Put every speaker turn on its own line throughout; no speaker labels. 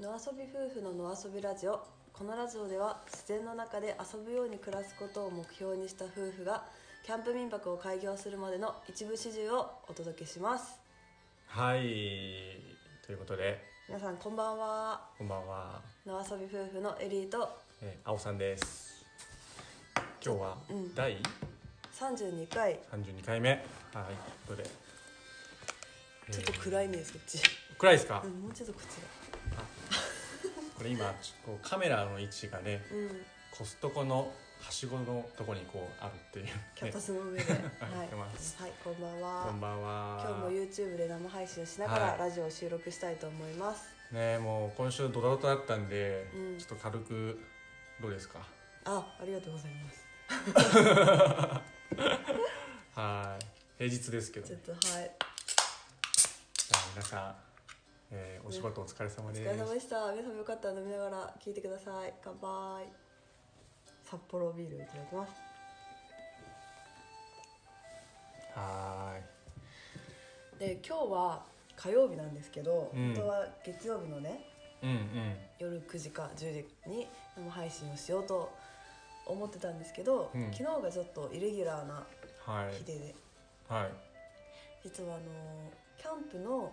野遊び夫婦の野遊びラジオこのラジオでは自然の中で遊ぶように暮らすことを目標にした夫婦がキャンプ民泊を開業するまでの一部始終をお届けします
はいということで
皆さんこんばんは
こんばんは、
野遊び夫婦のエリーと
えー、青さんです今日は
うん
第
32回
32回目、はいということで、えー
ちょっと暗いねそっち、
暗いですか、
うん、もうちょっとこっち
これ今ちょこうカメラの位置がね
がうん
コストコのはしごのとこにこうあるっていう、ね、
キャンパスの上 で、
あ
はい
りがとうございます
はい、こんばんは
こんばんは
今日も YouTube で生配信をしながら
はい
ラジオを収録したいと思います、
ねもう今週ドタドタだったんで、
うん
ちょっと軽くどうですか
あありがとうございます
はい平日ですけど
ちょっ
ね
とはい
じゃあ皆さん、えーお仕事お疲れ様
お
です、
疲れ様でした皆さんもよかったら飲みながら聞いてください乾杯札幌ビールいただきます
はーい
で今日は火曜日なんですけど、
うん
本当は月曜日のね
うんうん
夜9時か10時に生配信をしようと思ってたんですけど、
うん
昨日がちょっとイレギュラーな
は
日
い
で、
はい
実はあのキャンプの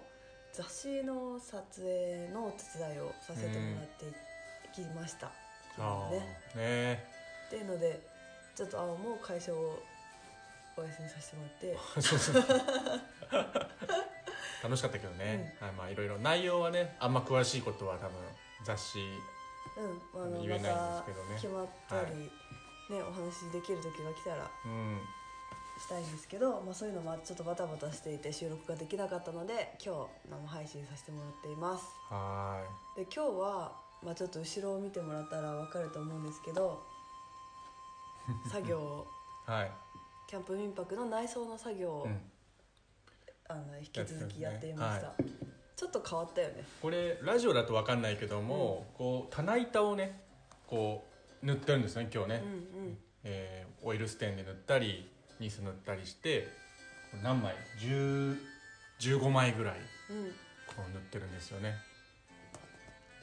雑誌の撮影のお手伝いをさせてもらっていきました、
あ
昨
あ
日
ね
ね
え
っていうのでちょっとあもう会社をお休みさせてもら って
そうそう楽しかったけどね、はいまあいろいろ内容はねあんま詳しいことは多分雑誌
うんあの
言えないんですけどね
また決まったり、ねお話しできる時が来たら
うん
したいんですけど、まあ、そういうのもちょっとバタバタしていて収録ができなかったので今日生配信させてもらっています
は
で今日は、まあ、ちょっと後ろを見てもらったらわかると思うんですけ ど作業を
ーいはい、
キャンプ民泊の内装の作業を、
うん、
あの引き続きやっていました、ちょっと変わったよね
これラジオだとわかんないけども、こう棚板をねこう塗ってるんですね今日ね、
うんうん
えーオイルステンで塗ったりニス塗ったりしてこれ何枚10 15枚ぐらい
うん
こう塗ってるんですよね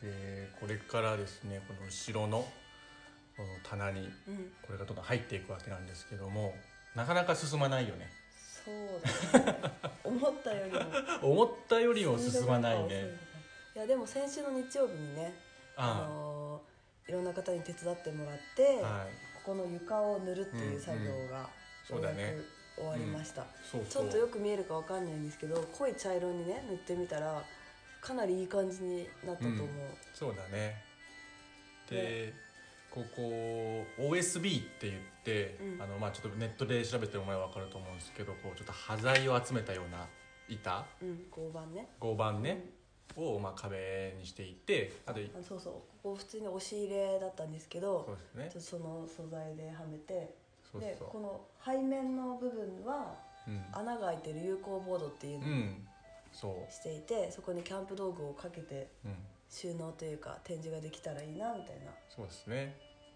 でこれからですねこの後ろのこの棚に
うん
これがどんどん入っていくわけなんですけどもなかなか進まないよね
そうだ、ね、思ったよりも
思ったよりも進まないね
いやでも先週の日曜日にね、あ
あ
のーいろんな方に手伝ってもらって、
あはい
ここの床を塗るっていう作業が
うんうんそうだね
ようやく終わりました、
そう
ち
そ
ょ
う
っとよく見えるかわかんないんですけど濃い茶色にね塗ってみたらかなりいい感じになったと思う、
そうだねでここ OSB って言って、
うん
あのまあ、ちょっとネットで調べてもらえば分かると思うんですけどこうちょっと端材を集めたような板
うん合板ね
合板ね、をまあ壁にしていてあと
あのそうそうここ普通に押し入れだったんですけど
そうですね
ちょっとその素材ではめて
そう
で
そ
この背面の部分は
う、うん、
穴が開いてる有効ボードっていう
う
のを
ん、そ
していて、そこにキャンプ道具をかけて
う、うん、
収納というか展示ができたらいいなみたいな
そうですね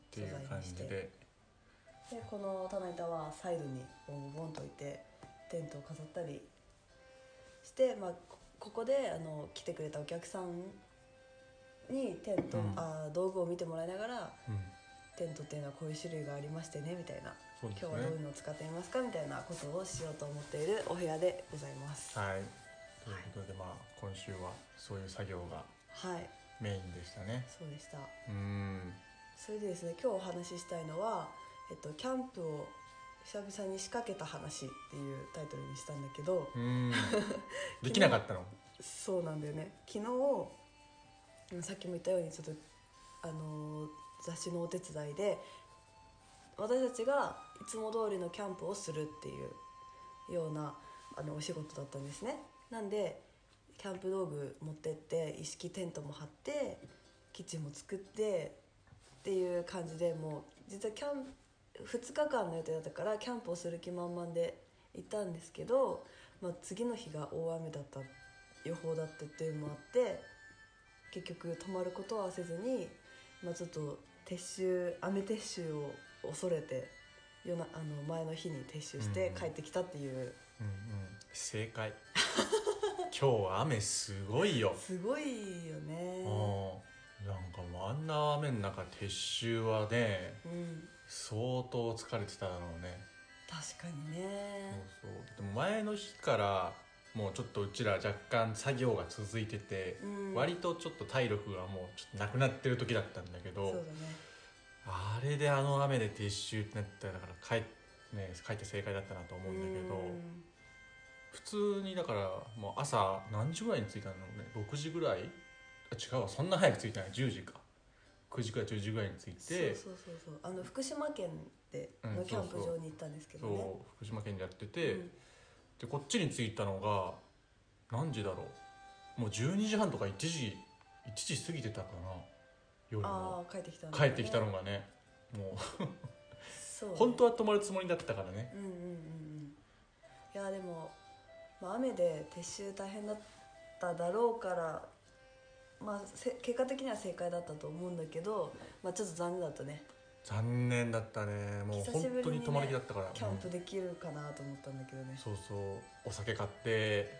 っていう感じ
素材にし
で
でこの棚板はサイドにボンボンボンと置いてテントを飾ったりして、まあ、こここであの来てくれたお客さんにテント、
うん
あー道具を見てもらいながら
うん
テントっていうのはこういう種類がありましてねみたいな、
そうで
今
す
日
ね
はどういうのを使っていますかみたいなことをしようと思っているお部屋でございます。
はいということでまあ今週はそういう作業が
はい、
メインでしたね
そうでした
うん
それでですね今日お話ししたいのは、えっと、キャンプを久々に仕掛けた話っていうタイトルにしたんだけど
うんできなかったの
そうなんだよね昨日さっきも言ったようにちょっとあのー雑誌のお手伝いで私たちがいつも通りのキャンプをするっていうようなあのお仕事だったんですねなんでキャンプ道具持ってって一式テントも張ってキッチンも作ってっていう感じでもう実はキャン2日間の予定だったからキャンプをする気満々で行ったんですけど、まあ、次の日が大雨だった予報だったっていうのもあって結局泊まることはせずに、まあ、ちょっと撤収雨撤収を恐れて夜なあの前の日に撤収し
う
て
んうん
帰ってきたっていう、
うんうん正解今日は雨すごいよ
すごいよ
う
ね
んなんかもうあんな雨の中撤収はね
うん
相当疲れてただろうね
確かに
そう
ね
そうでも前の日からもうちょっとうちら若干作業が続いてて、
うん
割とちょっと体力がもうちょっとなくなってる時だったんだけ
そうだ
ど
ね
あれであの雨で撤収ってなったらだから帰,、ね、帰って正解だったなと思うんだけど、
うん
普通にだからもう朝何時ぐらいに着いたのね6時ぐらいあ違うわそんな早く着いたの10時か9時から10時ぐらいに着いて
そうそうそうそうあの福島県で
う
の
ん
キャンプ
そうそう
場に行ったんですけど
そう
ね、
福島県でやってて、
うん
でこっちに着いたのが何時だろうもう12時半とか1時1時過ぎてたかな夜
あ
の
あ帰ってきたの、
帰ってきたのがねも
そう
う
ね、
本当は泊まるつもりだったからね
うんうんうんうんいやでも、まあ、雨で撤収大変だっただろうからまあせ結果的には正解だったと思うんだけど、まあ、ちょっと残念だったね
残念だったねもう
久しぶり
本
にね
当に泊まる気だったから
キャンプできるかなと思ったんだけどね、
そうそうお酒買って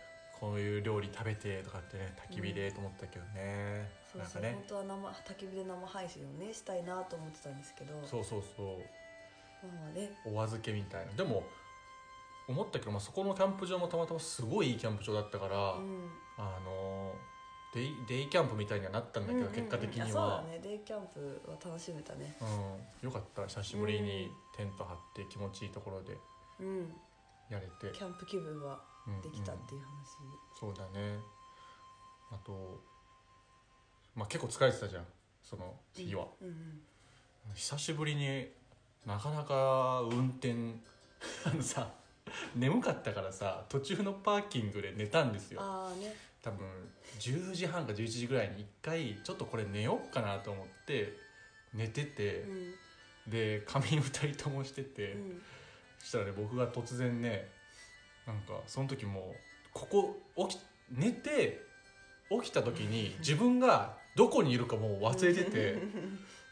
こういう料理食べてとかってね焚き火でと思ったけどね、
そう
なん
そ
か
う、
ね
本当は生焚き火で生配信をねしたいなと思ってたんですけど
そうそうそう
まあまあね
お預けみたいなでも思ったけど、まあ、そこのキャンプ場もたまたますごいいいキャンプ場だったから、
うん
あのデイデイキャンプみたいにはなったんだけど、
うんうんうん
結果的
い
に
やそう
は
だねデイキャンプは楽しめたね
うん、よかった久しぶりにテント張って気持ちいいところで
うん
やれて
キャンプ気分は
うん
できたっ
うん
ていう話、
そうだねあと、まあ、結構疲れてたじゃんその日は、
うんうん
久しぶりになかなか運転あのさ眠かったからさ途中のパーキングで寝たんですよ
ああね
多分10時半か11時ぐらいに一回ちょっとこれ寝よっかなと思って寝てて
う、ん
で仮眠2人ともしてて、
うん
そしたらね僕が突然ねなんかその時もうここ起き寝て起きた時に自分がどこにいるかもう忘れてて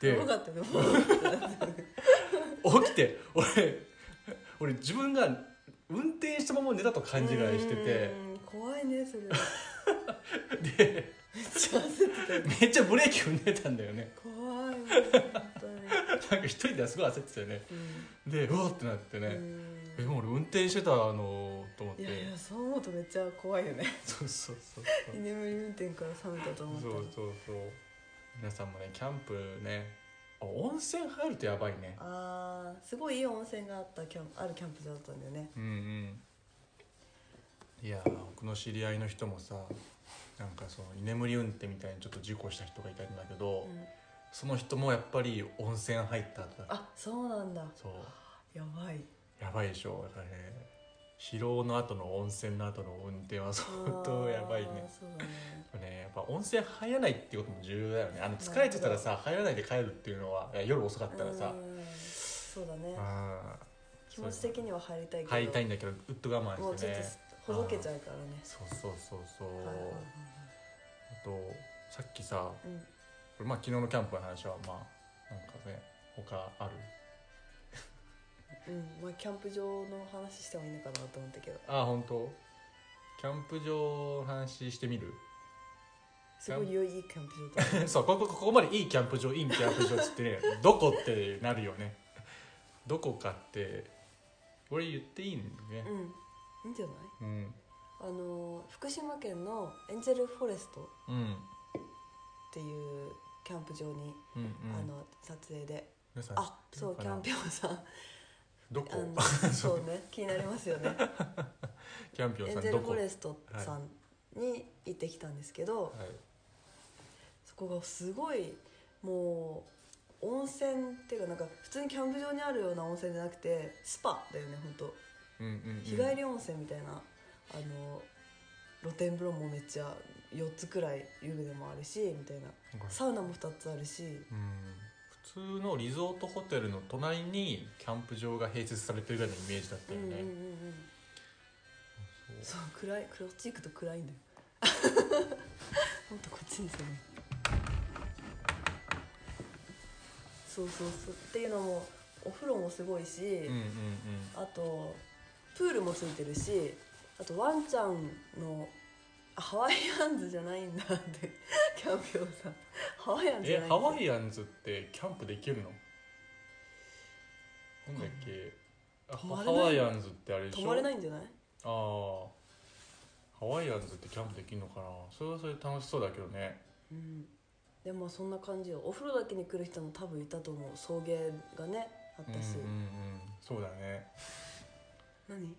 で
よかったねもう
起きて俺俺自分が運転したまま寝たと勘違いしてて
うん怖いねそれ めっ
で
ちゃ焦ってたよ
めっちゃブレーキ踏んでたんだよね
怖いもう本当に
なんか一人ではすごい焦ってたよねでうわってなって
うん
ね、
う
え
ん
もう俺運転してたのと思って
いやいやそう思うとめっちゃ怖いよ ね
そうそうそうそう
居眠り運転から冷めたと思っ
そ
たら
うそうそう皆さんもねキャンプねあ温泉入るとやばいね
あーすごいいい温泉があったキャンあるキャンプ場だったんだよね
うんうんいやー僕の知り合いの人もさなんかその居眠り運転みたいにちょっと事故した人がいたんだけど、
うん
その人もやっぱり温泉入った後だ
あそうなんだ
そう
やばい
やばいでしょだからね疲労の後の温泉の後の運転は相当やばいね
あーそうだね
ねやっぱ温泉入らないってことも重要だよねあの疲れてたらさ入らないで帰るっていうのはいや夜遅かったら
う
さ、
んそうだね
あ
気持ち的には入りたいけど
入りたいんだけどうっと我
も
慢
う
し
ちょ
て
っ
ね
とほどけちゃうからね
そうそうそうそう、
はいはいはいはい
あとさっきさ
うん
これまあ昨日のキャンプの話はまあなんかね他ある
うんまあ、キャンプ場の話してもいいのかなと思ったけど
ああ本当キャンプ場の話してみる
すごい良いキャンプ場だった
そうここここまでいいキャンプ場いいキャンプ場っつってね どこってなるよね どこかってこれ言っていいんだよね
うんいいんじゃない
うん
あの福島県のエンジェルフォレストっ
うんうん
ていうキャンプ場に、
うん
あの撮影で
皆さん知
あ
って
そ
る
う
か
キャ
な
ンピオンさん
どこ
あのそう ね気になりますよね
キャンピオン
エ
さ
ン
ん
ジェ
ど
ルフ
こ
ォ
はい
レストさんに行ってきたんですけど、そこがすごいもう温泉っていうかなんか普通にキャンプ場にあるような温泉じゃなくてスパだよね本当
うんうんうん
日帰り温泉みたいな、あの露天風呂もめっちゃ4つくらい湯船もあるしみたいな
なんか
サウナも2つあるし
うん普通のリゾートホテルの隣にキャンプ場が併設されてるぐらいのイメージだった
うん
よ
うんうんう
ね、
んそう暗いこっち行くと暗いんだよ ほんとこっちにするそうそうそうっていうのもお風呂もすごいし、
うんうんうん
あとプールもついてるしあとワンちゃんのあハワイアンズじゃないんだって キャンプ用さんハワイアンズじゃ
え
ないん
ハ
だ
ワイアンズってキャンプできるのなんだっけあ
泊まれ
ハ
ない
ワイアンズってあれでしょ
泊まれないいんじゃない
あーハワイアンズってキャンプできるのかなそれはそれで楽しそうだけどね
うんでもそんな感じよお風呂だけに来る人も多分いたと思う送迎がねあっ
うん
たし、
うんうんそうだね
何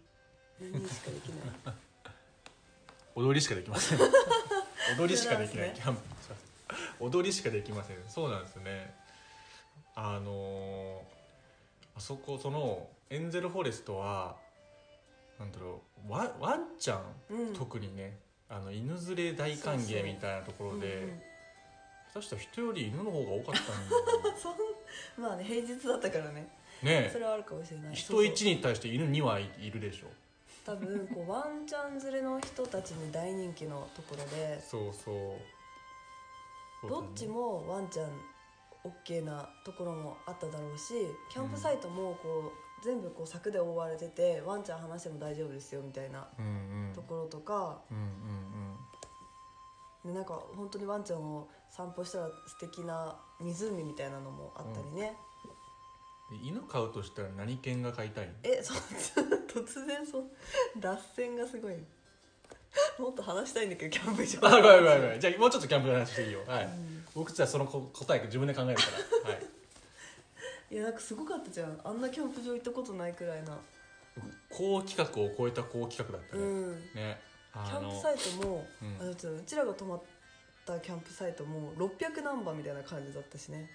何しかできない
踊りしかできま せん踊りしかできない、
そうなんですね
キャンプすいません踊りしかできませんそうなんですねあのーあそこそのエンゼルフォレストはなんだろうワンワンちゃん
うん
特にねあの犬連れ大歓
そうそう
迎みたいなところで
うんうん
下手したら人より犬の方が多かったん
そんまあね平日だったからね
だよ ね
それはあるかもしれない
人
そう
1に対して犬2はいいるでしょ
そう多分こうワンちゃん連れの人たちに大人気のところで
そうそうそうだ
ど
ね
っちもワンちゃん OK なところもあっただろうしキャンプサイトもこう全部こう柵で覆われててワンちゃん話しても大丈夫ですよみたいな
うんうん
ところとか
うんうんう
で
ん
なんか本当にワンちゃんを散歩したら素敵な湖みたいなのもあったりね、
で犬飼うとしたら何犬が飼いたい
えそう 突然そう脱線がすごいもっと話したいんだけどキャンプ場
あごめんごめんごめんじゃあもうちょっとキャンプの話していいよはい、
うん
僕たちはそのこ答え自分で考えるからはい
いやなんかすごかったじゃんあんなキャンプ場行ったことないくらいな、
高企画を超えた高企画だった
う
ね、
ん
ね
キャ
あ
ン
の
プサイトも、
うん
あのちょっとうちらが泊まったキャンプサイトも600ナンバーみたいな感じだったしね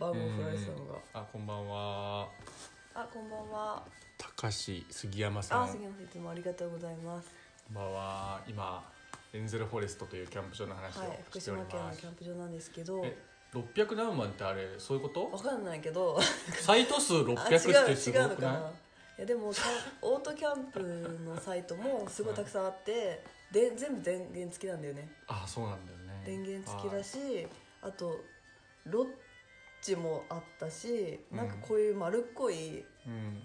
番号振られてたのが、
あこんばんは
あこんばんは
高橋杉山さん
あ杉山さんいつもありがとうございます
こんばんは今エンゼルフォレストというキャンプ場の話を
はい福
してお
島
り
県
ま
の
す、
キャンプ場なんですけど
え600何万ってあれそういうこと
わかんないけど
サイト数
あ違
600って
う
す
違
ご
うの
く
か
ない
ないやでもキャンオートキャンプのサイトもすごいたくさんあってで全部電源付きなんだよね
あそうなんだよね
電源付きだ
あ
しあとロッジもあったし
うん
なんかこういう丸っこい
うん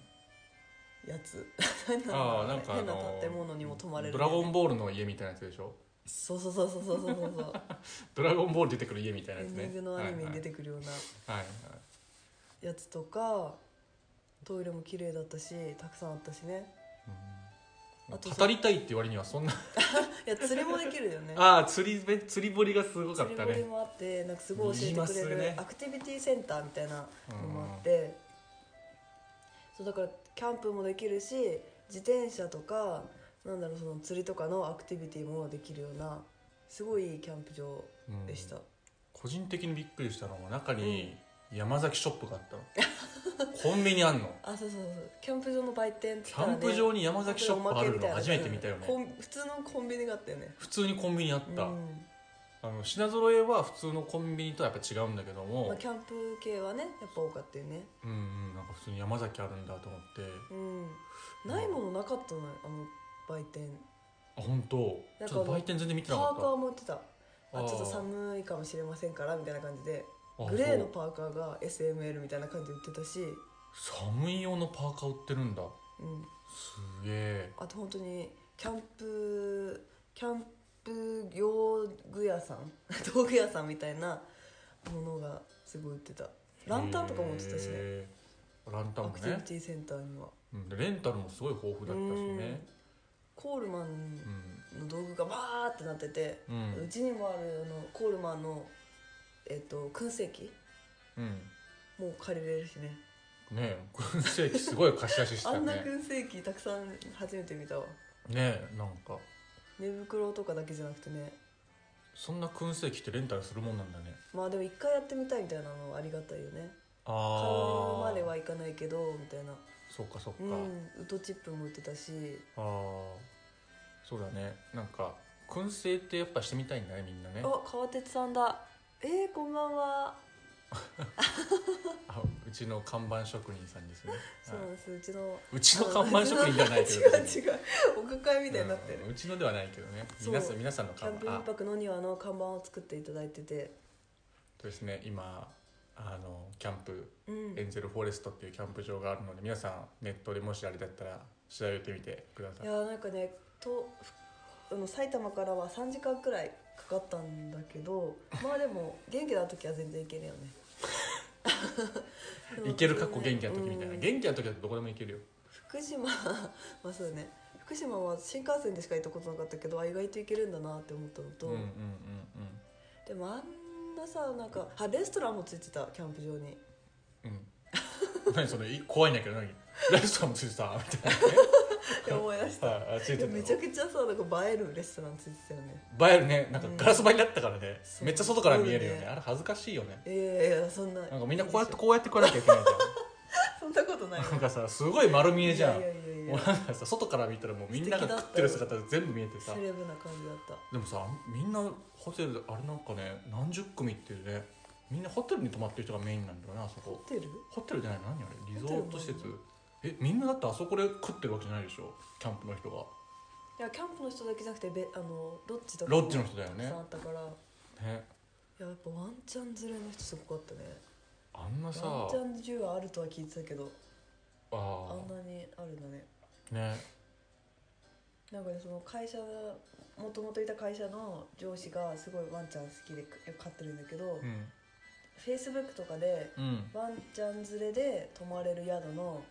やつ 何なんだろうね
あーなんかあ
変な
の
建物にも泊まれる
ドラゴン
ボ
ボールの家みたいなやつでしょ
そうそうそうそうそうそうそう
ドラゴンボール出てくる家みたいな
エ
やつ
ン
ね
ディングのアニメに出てくるような
はいはい、
やつとか、トイレも綺麗だったしたくさんあったしね
はい
あと
うん
さ
語りたいって割にはそんな
いや釣りもできるよね
ああ釣りめ釣り堀がすごかった
釣り堀
ね
もあってなんかすごい教えてくれ
言いますね
るアクティビティセンターみたいなのもあってそうだからキャンプもできるし自転車とかなんだろうその釣りとかのアクティビティもできるようなすごいいいキャンプ場
うん
でした、
個人的にびっくりしたのは中に山崎ショップがあったの コンビニあんの
あそうそうそうキャンプ場の売店っつ
キ
ったら、
ャ
ね、
ンプ場に山崎ショップある
本
の
当におま
初
けみ
めて見たよ
コ
ね
ン普通のコンビニがあったよね
普通にコンビニあった、
うん
あの品揃えは普通のコンビニとはやっぱ違うんだけども、
まあ、キャンプ系はねやっぱ多かったよね
うんうんなんか普通に山崎あるんだと思って
うんないものなかったのよあの売店
あ本当
なん
ち
か
ょっと売店全然見て
パ
な
ー
かっ
カ
た
ーも売ってたあ
あー
ちょっと寒いかもしれませんからみたいな感じで
あ
グレーの
そう
パーカーが SML みたいな感じで売ってたし、
寒い用のパーカー売ってるんだ
うん、
すげえ
あと本当にキャンプキャンプ用具屋さん 道具屋さんみたいなものがすごい売ってたランタンとかも売ってたしね
へーランタン
ア
も
クティビ
ね
ティセンターには
うんでレンタルもすごい豊富だったしね
コールマ
う
ン
ん
の道具がバーってなってて、
う
うんちにもあるあのコールマンの、えっと燻製機
うん
もう借りれるしね
ねえ 燻製機すごい貸し出しして
あ
た
んな
ねね
燻製機たくさん初めて見たわ
えなんか
寝袋とかだけじゃなくてね
そんな燻製機ってレンタルするもんなんだね
まあでも一回やってみたいみたいなのはありがたいよね買う
あ
まで
あ
はいかないけどみたいな
そっかそっか、
うんウトチップも売ってたし
ああそうだねなんか燻製ってやっぱしてみたいんだねみんなね
あ川鉄さんだえー、こんばんは
あうちの看板職人さんですね、
そうなん
はい
ですうちの
うちの看板職人じゃないけど
あのうちの 違う違うお抱えみたいになってる、
うんうちのではないけどね
そう
皆さん皆さんの
キャ
看
ンプ
板
イ
あ
ンパクの庭の看板を作っていただいてて
そうですね今あのキャンプ
うん
エンゼルフォレストっていうキャンプ場があるので皆さんネットでもしあれだったら調べてみてくださ
い
い
やーなんかねとふあの埼玉からは3時間くらいかかったんだけ どまあでも元気な時は全然行けるよね
いけるかっこ元気な時みたいな、
うん
元気な時だとどこでもいけるよ
福島 まあそうね福島は新幹線でしか行ったことなかったけどあ意外と行けるんだなって思ったのと、
うんうんうん
でもあんなさなんかあレストランもついてたキャンプ場 に
うんうん 何それい怖いんだけど何 レストランもついてたみたいなね
って思い出した
はいあ つい
い
て
や
た
め
よ
ちゃくちゃさなんか映えるレストランついてたよね
映えるねなんかガラス張りだったからね、
うん
めっちゃ外から見えるよね
そうね
あれ恥ずかしい よね
いやいやいやそんな
なんかみんなこうやってこうやって来なきゃいけないじ
そんなことない
ゃ
よ
んなんかさすごい丸見えじゃん
いやいやいやい
もう
や
なんかさ外から見たらもうみんなが食ってる姿全部見えてさ
セレブな感じだった
でもさみんなホテルであれなんかね何十組っていうねみんなホテルに泊まってる人がメインなんだよなあそ
ホ
こ
テル
ホテルじゃないの何あれリゾート施
ホテ
設
ル
えみんなだってあそこで食ってるわけじゃないでしょキャンプの人が
いやキャンプの人だけじゃなくてべあのロッジとかも
ロッジの人だよ
たく
ね
さんあったからい
ね
ややっぱワンチャン連れの人すごかったね
あんなさ
ワン
あ
チャン銃はあるとは聞いてたけどあ
あ
んなにあるんだね
ーね
なんかねその会社がもともといた会社の上司がすごいワンちゃん好きでよく飼ってるんだけど、
うん
フェイスブックとかで
うん
ワンちゃん連れで泊まれる宿の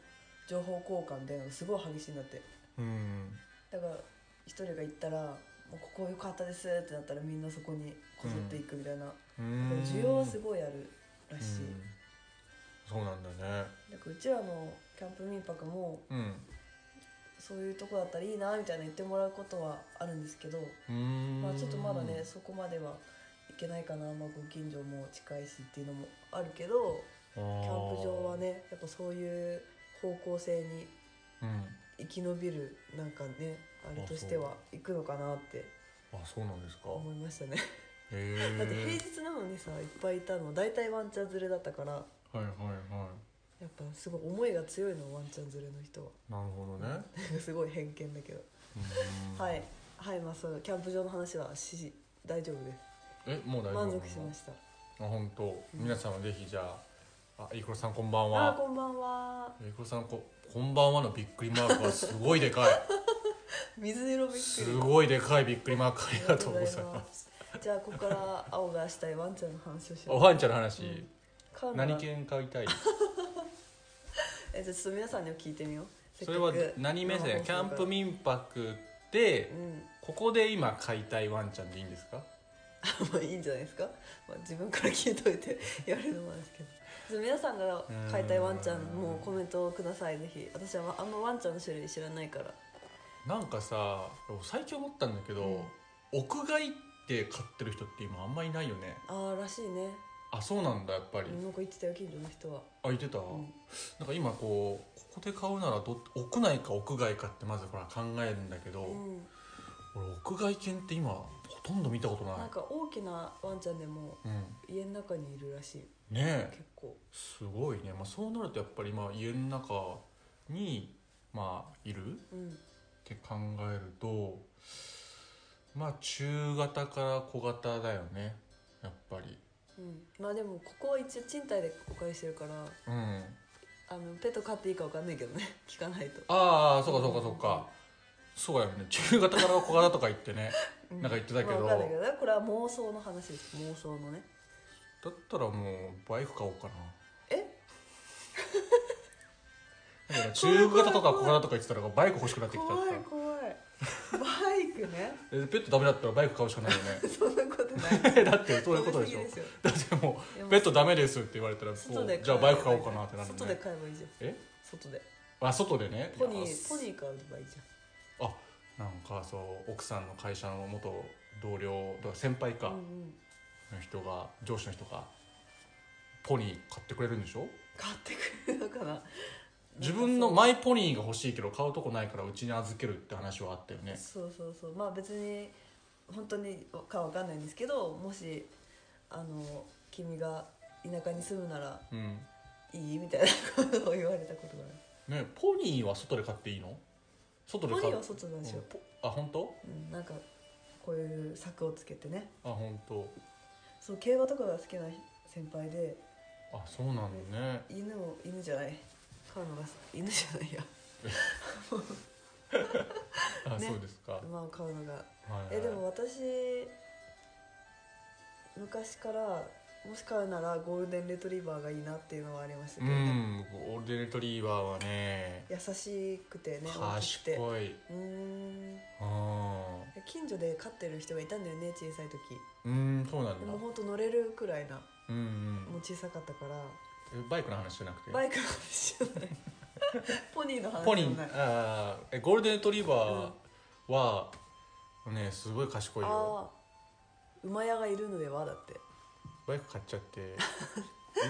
情報交換みたいなのがすごい激しいんだって
うん
だから一人が行ったら「もうここ良かったです」ってなったらみんなそこにこぞっていくみたいな、だ
う
から
ん
需要はすごいあるらしい、
うんそうなんだね
だからうちらのキャンプ民泊も
うん
そういうとこだったらいいなみたいな言ってもらうことはあるんですけど、
うーん
まあ、ちょっとまだねそこまではいけないかな、まあ、ご近所も近いしっていうのもあるけど
キ
キャ
ャ
ンプ場はねやっぱそういう方向性に
うん
生き延びるなんかねあれとしては行くのかなって
あそうなんですか
思いましたね
へえ
だって平日なのにさいっぱいいたの大体ワンちゃん連れだったから
はいはいはい
やっぱすごい思いが強いのワンちゃん連れの人は
なるほどね
すごい偏見だけど、
うーん
はいはいまあそうキャンプ場の話はし大丈夫です
えもう大丈夫
満足しました
たあ本当皆さんはぜひじゃああイクロさんこんばん
あー
は
こんばんは
イクロさんここんばんはのびっくりマークはすごいで かい
水色びっくり
すごいでかいびっくりマークありがとうございます
すじゃあここから青がしたいワンちゃんの話をし
お
ます
はんちゃんの話、
うん飼うのが
何犬飼いたい
えじゃあちょっと皆さんにも聞いてみようせっ
そ
かく
れは何目線
生放送
キャン
だから
プ民泊で
うん
ここで今飼いたいワンちゃんでいいんですか
まあいいんじゃないですか、まあ、自分から聞いといて やるのもあれですけどちょっと皆さんが飼いたいワンちゃんもコメントをくださいぜひ私はあんまワンちゃんの種類知らないから
なんかさ最近思ったんだけど、
うん
屋外で飼ってる人って今あんまいないよね
ああらしいね
あそうなんだやっぱり、
うんなんか言ってたよ近所の人は、
あいてた、
うん
なんか今こうここで買うならど屋内か屋外かってまずほら考えるんだけど、
うん、
俺屋外犬って今ほとんど見たことない
なんか大きなワンちゃんでも
うん、
家の中にいるらしい
ねえ
結構
すごいね、まあ、そうなるとやっぱり今家の中にまあいるっ
うん
て考えるとまあ中型から小型だよねやっぱり
うんまあでもここは一応賃貸でお借りしてるから
うん
あのペット飼っていいかわかんないけどね 聞かないと
ああそうかそうかそうかそうやよね中型から小型とか言ってね
う
なんか言ってたけど
まあわかんないけどねこれは妄想の話です妄想のね
だったらもうバイク買おうかな
え
だから中型とか小型とか言ってたらバイク欲しくなってきちゃっ
怖い怖いバイクね
たえペットダメだったらバイク買うしかないよね
そんなことない
だってそういうことでしょ
飛びすぎよ
だっても
いやも
う
う
ペットダメですって言われたらこ
外で買えばい
う
い
じゃあバイク買おうかなってなるね
外で買えばいいじゃん
え
外で
あ外でね
ポニ
いや
ーポニー買えばいいじ
あなんかそう奥さんの会社の元同僚だから先輩
ゃ
か
ん、うんうん、
の人が上司の人がポニー買ってくれるんでしょ
買ってくれるのかな
自分のマイポニーが欲しいけど買うとこないからうちに預けるって話はあったよね
そうそうそうまあ別に本当にかわかんないんですけどもしあの君が田舎に住むなら
うん
いいみたいな ことを言われたことがある
ねポニーは外で買っていいの外で
ポ
買
ニー
う
は外なんですよ、
うんポあ本当
うん、なんかこういう柵をつけてね
あ本当
そう競馬とかが好きな先輩で
あそうなんだね
犬を犬じゃない飼うのが犬じゃないや
あ
ね
そうですか、
馬を飼うのが
はいはい
えでも私昔からもし飼うならゴールデンレトリバーがいいなっていうのはありました
う
けどね、
んゴールデンレトリーバーはね
優しくてね大きく
賢
てう
い
ーん
あ
近所で飼ってる人がいたんだよね小さい時
ーうんそうなん
で
だ
もうほんと乗れるくらいな
うんうん
もう小さかったから
えバイクの話じゃなくて
バイクの話じゃ ないポニーの話
ポ
じ
ニ
ゃ
ー
ない
あーえゴールデンレトリーバーは、ねすごい賢いよ
あー馬屋がいるのではだって
バイク買っちゃって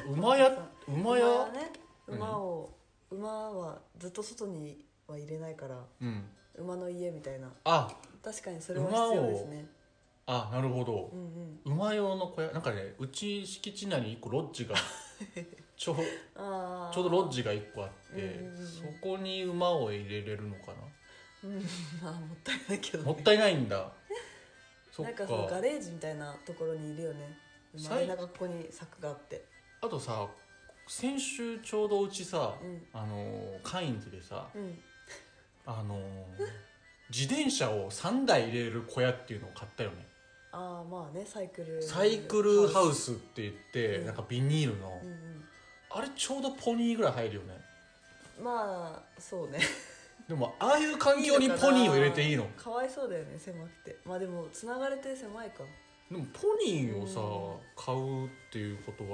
う馬や馬や
馬屋ね
うん
馬を、馬はずっと外には入れないから
うん
馬の家みたいな
あ
確かにそれは必要ですね
あなるほど
う、んうん
馬用の小屋なんかねうち敷地内に一個ロ ッジがちょ
ああ
ちょうどロッジが一個あって、
うんうんうん
そこに馬を入れれるのか
うんまあもったいないけど
な
ね
もったいないんだそ
な
っ
ん
か
かそのガレージみたいなところにいるよね
さ
真
い
ん中ここに柵があって
あとさ先週ちょうどうちさ、
うん
あのーカインズでさ、
うん
あのー自転車を3台入れる小屋っていうのを買ったよね
ああまあねサイクル
サイクルハウスって言って、
うん
なんかビニールの、
うんうん
あれちょうどポニーぐらい入るよね
まあそうね
でもああいう環境にポニーを入れていいの
かわいそうだよね狭くてまあでもつながれて狭いか
でもポニーをさ、買うっていうこと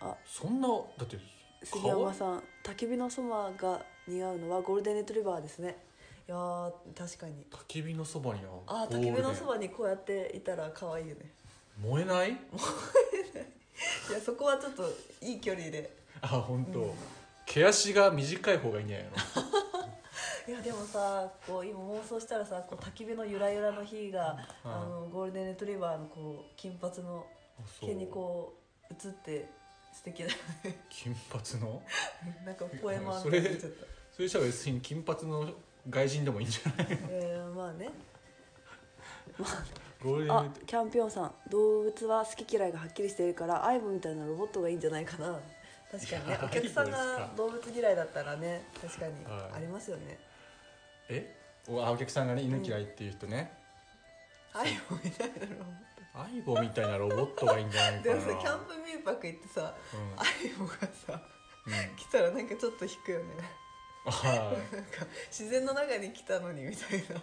は
あ
そんなだって
杉
わ
山さん焚き火のそばが似合うのはゴールデンレトリバーですねいやー確かに
焚き火のそばには
ああ
ゴ
焚
ールデ
き
ン
火のそばにこうやっていたら可愛いよね
燃えない
いやそこはちょっといい距離で
あ本当、毛足が短い方がいいんじゃないの
いやでもさこう今妄想したらさこう焚き火のゆらゆらの日が、
うん
あのゴールデンレトリバーのこう金髪の
あそう
毛にこう映って素敵だよね
金髪の
なんかポエマーみたいになっちゃっ
それじゃあ別に金髪の外人でもいいんじゃない
たいやいやまあね
ゴールデンレ
あキャンピオンさん動物は好き嫌いがはっきりしているからアイボみたいなロボットがいいんじゃないかな確かに
い
ね
や
お客さん
アイボです
が
か
動物嫌いだったらね確かに
はい
ありますよね、
えおあお客さんがね犬嫌いっていう人ね、
アイボみたいなロボ
アイゴみたいなロボットがいいんじゃない
ットで も
かな
さキャンプ民泊行ってさ
うん
アイボがさ
うん
来たらなんかちょっと引くよね
はい
なんか自然の中に来たのにみたいな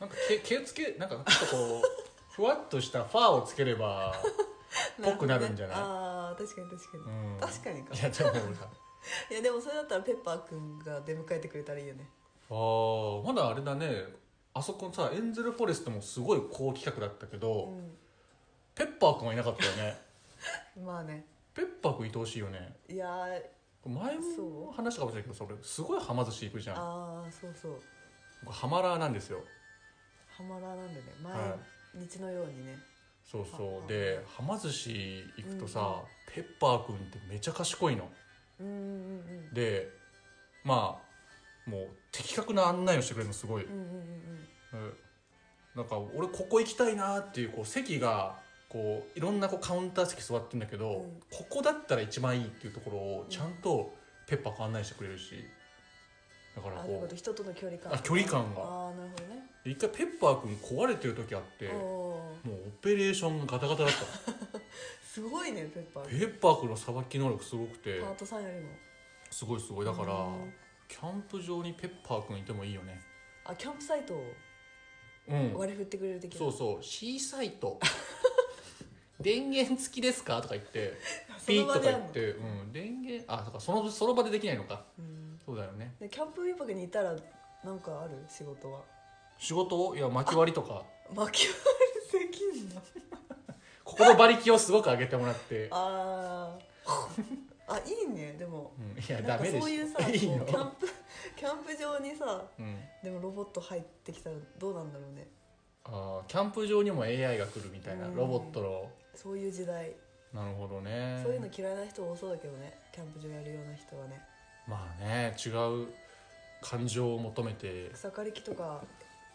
なんか毛毛つけなんかちょっとこう ふわっとしたファーをつければ ぽくなるんじゃない
ああ確かに確かに、
うん
確かにか
いやでもほら
いやでもそれだったらペッパーくんが出迎えてくれたらいいよね
あーまだあれだねあそこのさエンゼルフォレストもすごい高規格だったけど、
う
ペッパーくんはいなかったよね
んまあね
ペッパーくんいてほしいよね
いやー
前
そ
も話したかもしれないけどそれすごいはま寿司行くじゃん
ああそうそう
僕ハマラーなんですよ
ハマラーなんでね毎
は
日のようにね、
そう
は
そ
は
うではま寿司行くとさ、
うん
ペッパーくんってめちゃ賢いの
うんうん
でまあもう的確な案内をしてくれるのすごい
うんうんうんうん
うんなんか俺ここ行きたいなっていうこう席がこういろんなこうカウンター席座ってるんだけど、
うん
ここだったら一番いいっていうところをちゃんとペッパーが案内してくれるしだから
あなる
こ
ほど人との距離感
あ距離感が
ああなるほどね
う一回ペッパーくん壊れてる時あって
お
も
おー
うオペレーションがガタガタだった
すごいねペッパー
ペッパーくんのさばき能力すごくて
パートさんよりも
すごいすごいだから
うん
キャンプ場にペッパーくんいてもいいよね
あキャンプサイトを
うん
割り振ってくれる的な、
そうそう「C サイ ト電源付きですか?」とか言って
そ
ピ
の
ー
場
とか
で
言
やんの
って、うん、電源あそうかそのその場でできないのか
うん
そうだよね
でキャンプ民泊にいたらなんかある仕事は
仕事をいや薪割りと か
巻き割りできんの
ここの馬力をすごく上げてもらって、
あーあいいねでも
うん、いや
な
ダ
んか
メで
そういうさ
すいい
こうキャン
の、
プキャンプ場にさ
うん、
でもロボット入ってきたらどうなんだろうね
あーキャンプ場にも AI が来るみたいな
うん
ロボットの
そういう時代、
なるほどね
そういうの嫌いな人多そうだけどねキャンプ場やるような人はね
まあね違う感情を求めて
草刈り機とか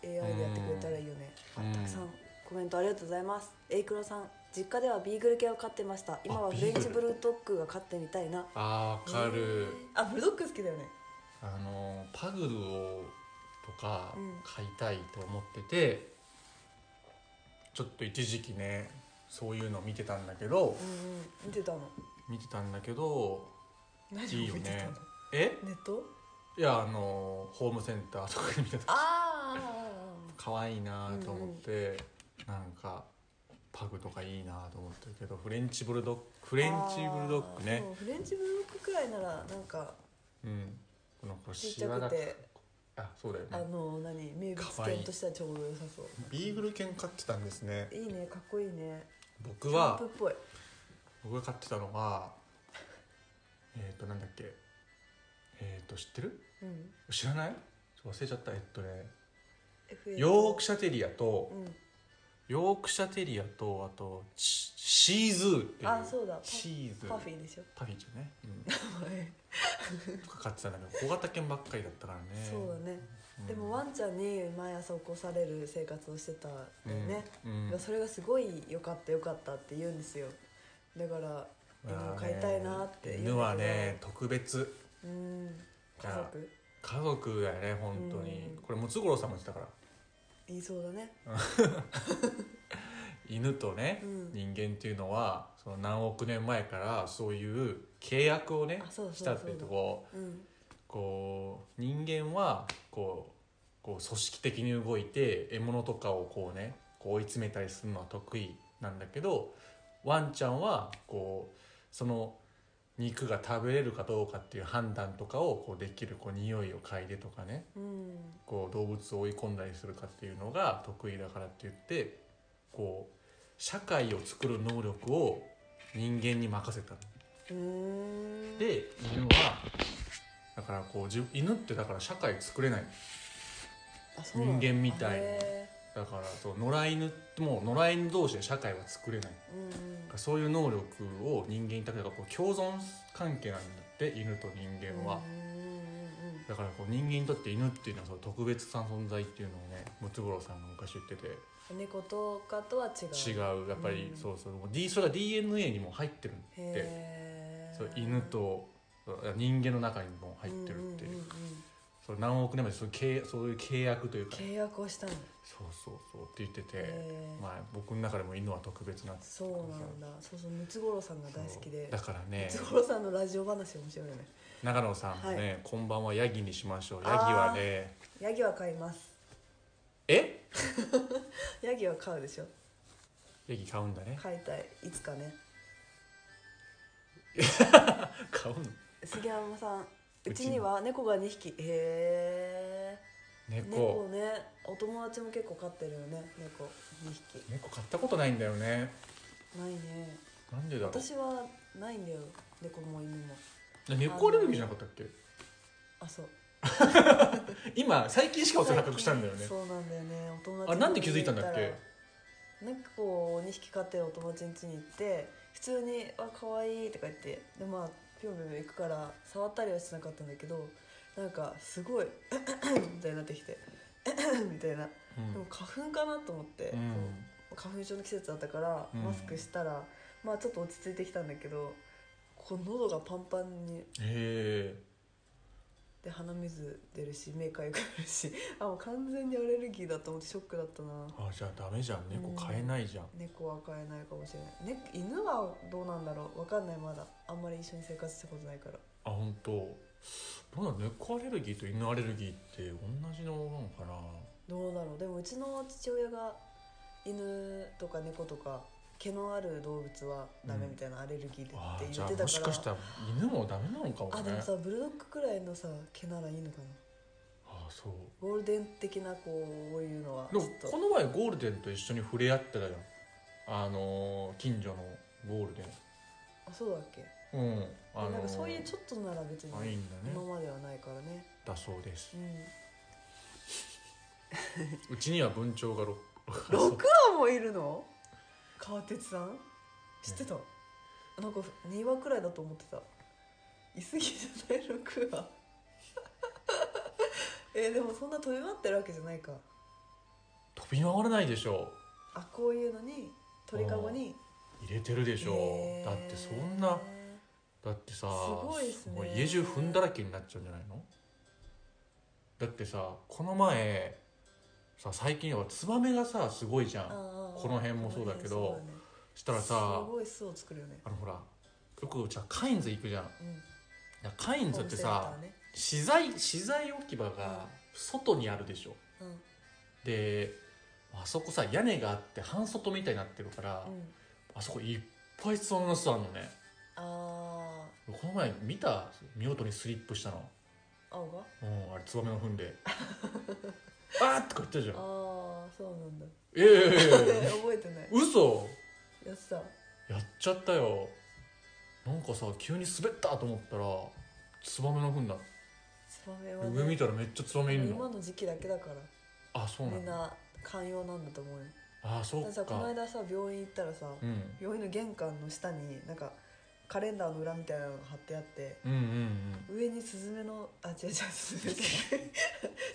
AI でやってくれたらいいよねあ
うん
たくさんコメントありがとうございますエイクロさん実家ではビーグル系を飼ってました今は
ビ
フ
ー
レ
グル
ンチブルドッグが飼ってみたいな
あーわかる、
あブルドッグ好きだよね
あのパグをとか
うん
買いたいと思ってて、ちょっと一時期ねそういうの見てたんだけど
うんうん見てたの
見てたんだけど
何
いいよ
を見てた
ね
の
え
ネット
いやあのホームセンターとかで見た時
あー
可愛いなと思って、なんかパグとかいいなと思ってるけどフレンチブルドッグフ
フ
レンチブルドッグね
フレンチブルドッグくらいならなんか
うんこの子
ちっ
シ
ちゃ
ワ
く
が
て
あそうだよ
あ
ね
の何名物
かわい
犬
い
としてはちょうど良さそう
ビーグル犬飼ってたんですね
いいねかっこいいね
僕は
キャンプっぽい
僕が飼ってたのはえっ、ー、となんだっけえっ、ー、と知ってる
うん
知らないちょっと忘れちゃったえっとね
FA
ヨークシャテリアと
うん
ヨークシャテリアとあとシシーズーっていう
あそうだパ
シーズー
パフィーでしょ
パフィーちゃんね、うん
はい
とか飼ってたんだけど小型犬ばっかりだったからね
そうだね
うん
でもワンちゃんに毎朝起こされる生活をしてたんだよね、
うんうん
それがすごい良かった良かったって言うんですよだから犬を飼いたいなって言うんだけど
犬はね特別
うん家族
家族だよね本当に
うん
これムツゴロウさんも言ってたから
言いそうだね
犬とね、
うん
人間っていうのはその何億年前からそういう契約をね
あそうそう
し
そう
たっていうとこ
うん
こう人間はこうこう組織的に動いて獲物とかをこうねこう追い詰めたりするのは得意なんだけどワンちゃんはこうその肉が食べれるかどうかっていう判断とかをこうできるこう匂いを嗅いでとかね
うん
こう動物を追い込んだりするかっていうのが得意だからって言ってこう社会を作る能力を人間に任せたの。
うーん
で犬はだからこうじゅ犬ってだから社会作れない
あそうなんだ
人間みたいに
へ
だからそう野良犬もう野良犬同士で社会は作れない
ーうんうん
だからそういう能力を人間にだけこう共存関係なんだって犬と人間は、
うんうんうん
だからこう人間にとって犬っていうのはそう特別な存在っていうのをねムツゴロウさんが昔言ってて
うん猫とかとは違う
違うやっぱり、
うん
そうそうもう D それが DNA にも入ってるって
へー
そう犬とそう人間の中にも入ってるっていう,、
んんんうん
それ何億年前そういう契そういう契約というか
契約をしたのへ
そうそうそうって言ってて、
え
まあ、僕の中でも犬は特別な
そうなんだそうそうムツゴロウさんが大好きで
だからね
ムツゴロウさんのラジオ話面白いよね
長野さんもね、
は
こんばんはヤギにしましょうヤギ
あー
はね
ヤギは飼います
え
ヤギは飼うでしょ
ヤギ買うんだね
飼いたいいつかね
買うの
杉山さん
うちに
うちには猫が2匹へえ猫
猫
ねお友達も結構飼ってるよね猫2匹
猫買ったことないんだよね
ないね
なんでだろう
私はないんだよ猫も犬も
猫アレルギーじゃなかったっけ
あそう
今最近しかお世話なくしたんだよね
最近そうなんだよねお友達
あれなんで気づいたんだっけ
なんかこう2匹飼ってるお友達ん家に行って普通に「あ可愛いとか言ってでまあぴょんぴょん行くから触ったりはしなかったんだけどなんかすごい みたいになってきて みたいな
う
でも花粉かなと思って、
ん、
こう花粉症の季節だったから
うん
マスクしたら、まあちょっと落ち着いてきたんだけどこう喉がパンパンに
へえ
で鼻水出るし目かゆくなるし あもう完全にアレルギーだと思ってショックだったな
あじゃあダメじゃん猫買えないじゃん、
猫は飼えないかもしれない、ね、犬はどうなんだろうわかんないまだあんまり一緒に生活したことないから
あ本当。どうなん猫アレルギーと犬アレルギーって同じのなのかな
どうだろうでもうちの父親が犬とか猫とか毛のある動物はダメみたいなアレルギーで
あ
って
ーじ
言っ
ゃあ
てた
もし
か
かした
ら
ら犬もダメなのかも
あで
ね
もさブルドッグくらいのさ毛ならいいのかな
あーそう
ゴールデン的なこういうのはち
で
ょ
も
っ
ことの前ゴールデンと一緒に触れ合ってたじゃんあのー近所のゴールデ
あそうだっけ、
ンうんあのー
なんかそういうちょっとなら別に
あいいんだ
今
ね
まではないからね
だそうです
うん
うちには文鳥が6
6羽もいるの川哲さん知ってた、なんか2羽くらいだと思ってたいすぎじゃない6羽 えでもそんな飛び回ってるわけじゃないか
飛び回らないでしょ
あこういうのに鳥かごに
入れてるで
で
しょ、だってそんなだってさ
すごいっすね
もう家中糞だらけになっちゃうんじゃないのだってさこの前さ最近はツバメがさすごいじゃんこ
こ
の辺もそうだけど
ね、
したらさ
すごい巣を作るよね、
あのほらよくじゃあカインズ行くじゃん
うん、
いやカインズ
ホー
って
ムセン
さ
ターね
資材資材置き場が外にあるでしょ
うん
であそこさ屋根があって半外みたいになってるから、
うん、
あそこいっぱいツバメの巣あるのね
あ
この前見た見事にスリップしたの、
あ青が
うん、あれツバメの糞 であーっとか言ったじゃん
ああそうなんだ
ええええええ
覚えてない
嘘
やってた
やっちゃったよなんかさ急に滑ったと思ったらツバメの糞だ
ツバメは、
上見
ね、
たらめっちゃツバメいる
今
の
の時期だけだから
あそうな
みん
んだ
な寛容なんだと思うよ
あそ
だってさ
う
この
か
間さ病院行ったらさ、
うん
病院の玄関の下になんかカレンダーの裏みたいなのが貼ってあって
うんうんうん
上にスズメのあ違う違うスズメ じゃない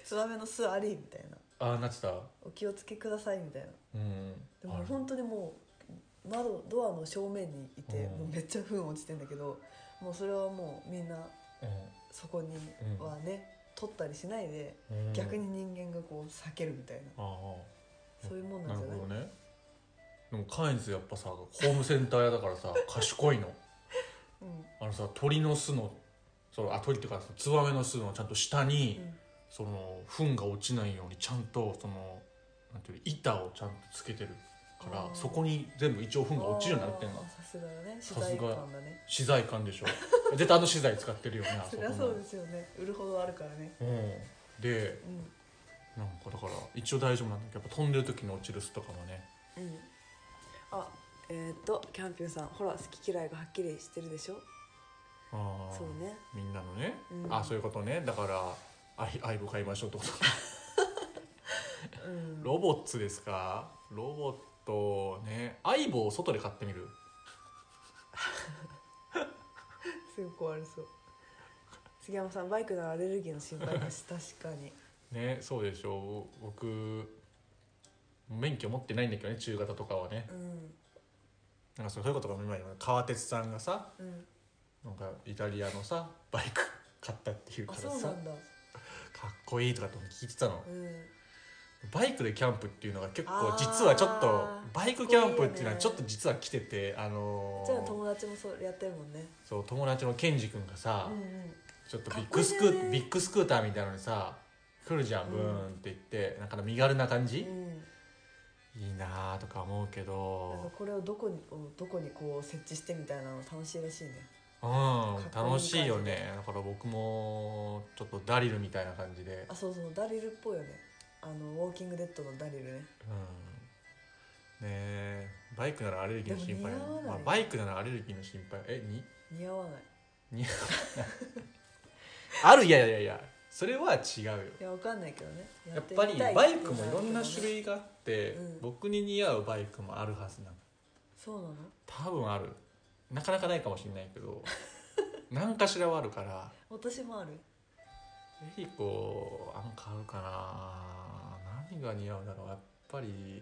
ツバメの巣ありみたいな
ああなってたう
お気をつけくださいみたいなん
うん
で
あ
も
れ
本当にもう窓ドアの正面にいて、
うん
もうめっちゃ糞落ちてんだけどもうそれはもうみんな
う
そこにはね、取ったりしないで
んうん
逆に人間がこう避けるみたいな、
あ
そういうもんな
あなんる
じゃない
ほどねでもカインズやっぱさホームセンター屋だからさ 賢いの
う
あのさ鳥の巣のそのあ鳥っていうかそのツバメの巣のちゃんと下に、
んうん
その糞が落ちないようにちゃんとそのなんていうの板をちゃんとつけてるから
あー
そこに全部一応糞が落ちるようになってんの
あーさすがだね
さ
取
すが
材感だね
資材館でしょ絶対あの資材使ってるよねあ
そ
そこ
りゃ
の
そうですよね売るほどあるからね
うんで
う
なんかだから一応大丈夫なんだけどやっぱ飛んでる時に落ちる巣とかもね
んうんあえー、っとキャンピューさんほら好き嫌いがはっきりしてるでしょ
あー
そうね
みんなのね、
うん
あそういうことねだから愛愛を買いましょうってこと
うん
ロボッツですかロボットね相棒を外で買ってみる
すごく悪そう杉山さんバイクのアレルギーの心配 です確かに
ねそうでしょう僕免許持ってないんだけどね中型とかはね
うん
なんかそういうことが今川鉄さんがさ
うん
なんかイタリアのさバイク買ったっていうか
あ
ら
そう
さ
なんだ
かっこいいとかって聞いてたの
うん
バイクでキャンプっていうのが結構
あー
実はちょっとバイクキャンプっ
かっこ
ていうのは
いいよね
ちょっと実は来ててあの
じゃあ
ー
友達もそうやってるもんね
そう友達のケンジ君が
う
さ
んうん
ちょっと
か
ビ
っ
ッ
こい
グ
い
ス
よ
ク
ね
ービッグスクーターみたいなのにさ来るじゃんブーンって言ってなんか身軽な感じ
うん
いいなーとか思うけ
なんか
ど
これをどこにどこにこう設置してみたいなの楽しいらしいね
うん
かっこいい感じ
楽しいよねだから僕もちょっとダリルみたいな感じで
あそうそうダリルっぽいよねあのウォーキングデッドのダリルね
うんねえバイクならアレルギーの心配
でも似合わない
まあ、バイクならアレルギーの心配えに
似合わない
似合わないあるいやいやいやいやそれは違うよ
いやわかんないけどね
やっぱりバイクもいろんな種類があって、
うん
僕に似合うバイクもあるはずなの
そうなの
多分あるなかなかないかもしれない けど何かしらはあるから
私もある
エリコなんかあるかな何が似合うだろうやっぱり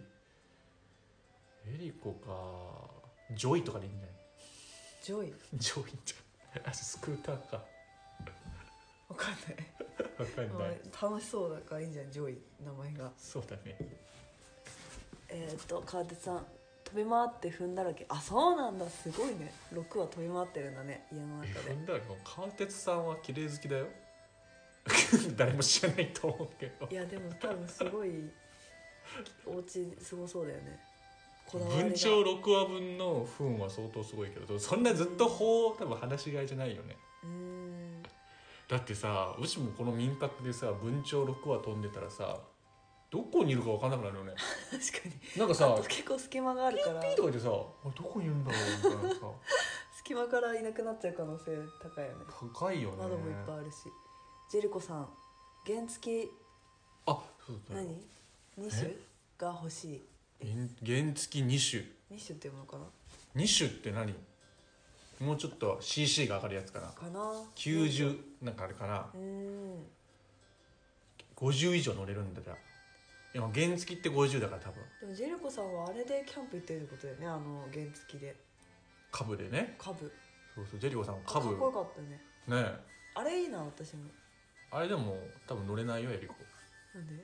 エリコかジョイとかでいいんじゃない
ジョイ
ジョイじゃあスクーターか
わかん
わかん
な
ないい
楽しそうだからいいんじゃんジョイ名前が
そうだね
えーっと川手さん飛び回って踏んだらけあそうなんだすごいね6は飛び回ってるんだね家の中
え
で
踏んだらもう川鉄さんは綺麗好きだよ 誰も知らないと思うけど
いやでも多分すごいお家すごそうだよねこだわりが
文鳥6話分の糞は相当すごいけどそんなずっと法多分話し合いじゃないよね
うーん
だってさうちもこの民泊でさ文鳥6羽飛んでたらさどこにいるか分かんなくなるよね
確かに
なんか
あ
さ
と結構隙間があるから
ピーとか言ってさあれどこにいるんだろうみたいなさ
隙間からいなくなっちゃう可能性高いよね
高いよね
窓もいっぱいあるしジェリコさん原付き
あそうだ
何2種が欲しい
原原付2種
2種っていうのかな
2種って何もうちょっと CC が上がるやつかな
かな
90なんかあれかな
うーん
50以上乗れるんだじゃあいや原付って50だから多分
でもジェリコさんはあれでキャンプ行ってるってことだよねあの原付きで
カブでね
カブ
そうそうジェリコさんは
あ
カブ
かっこよかったね
ね
あれいいな私も
あれでも多分乗れないよエリコ
なんで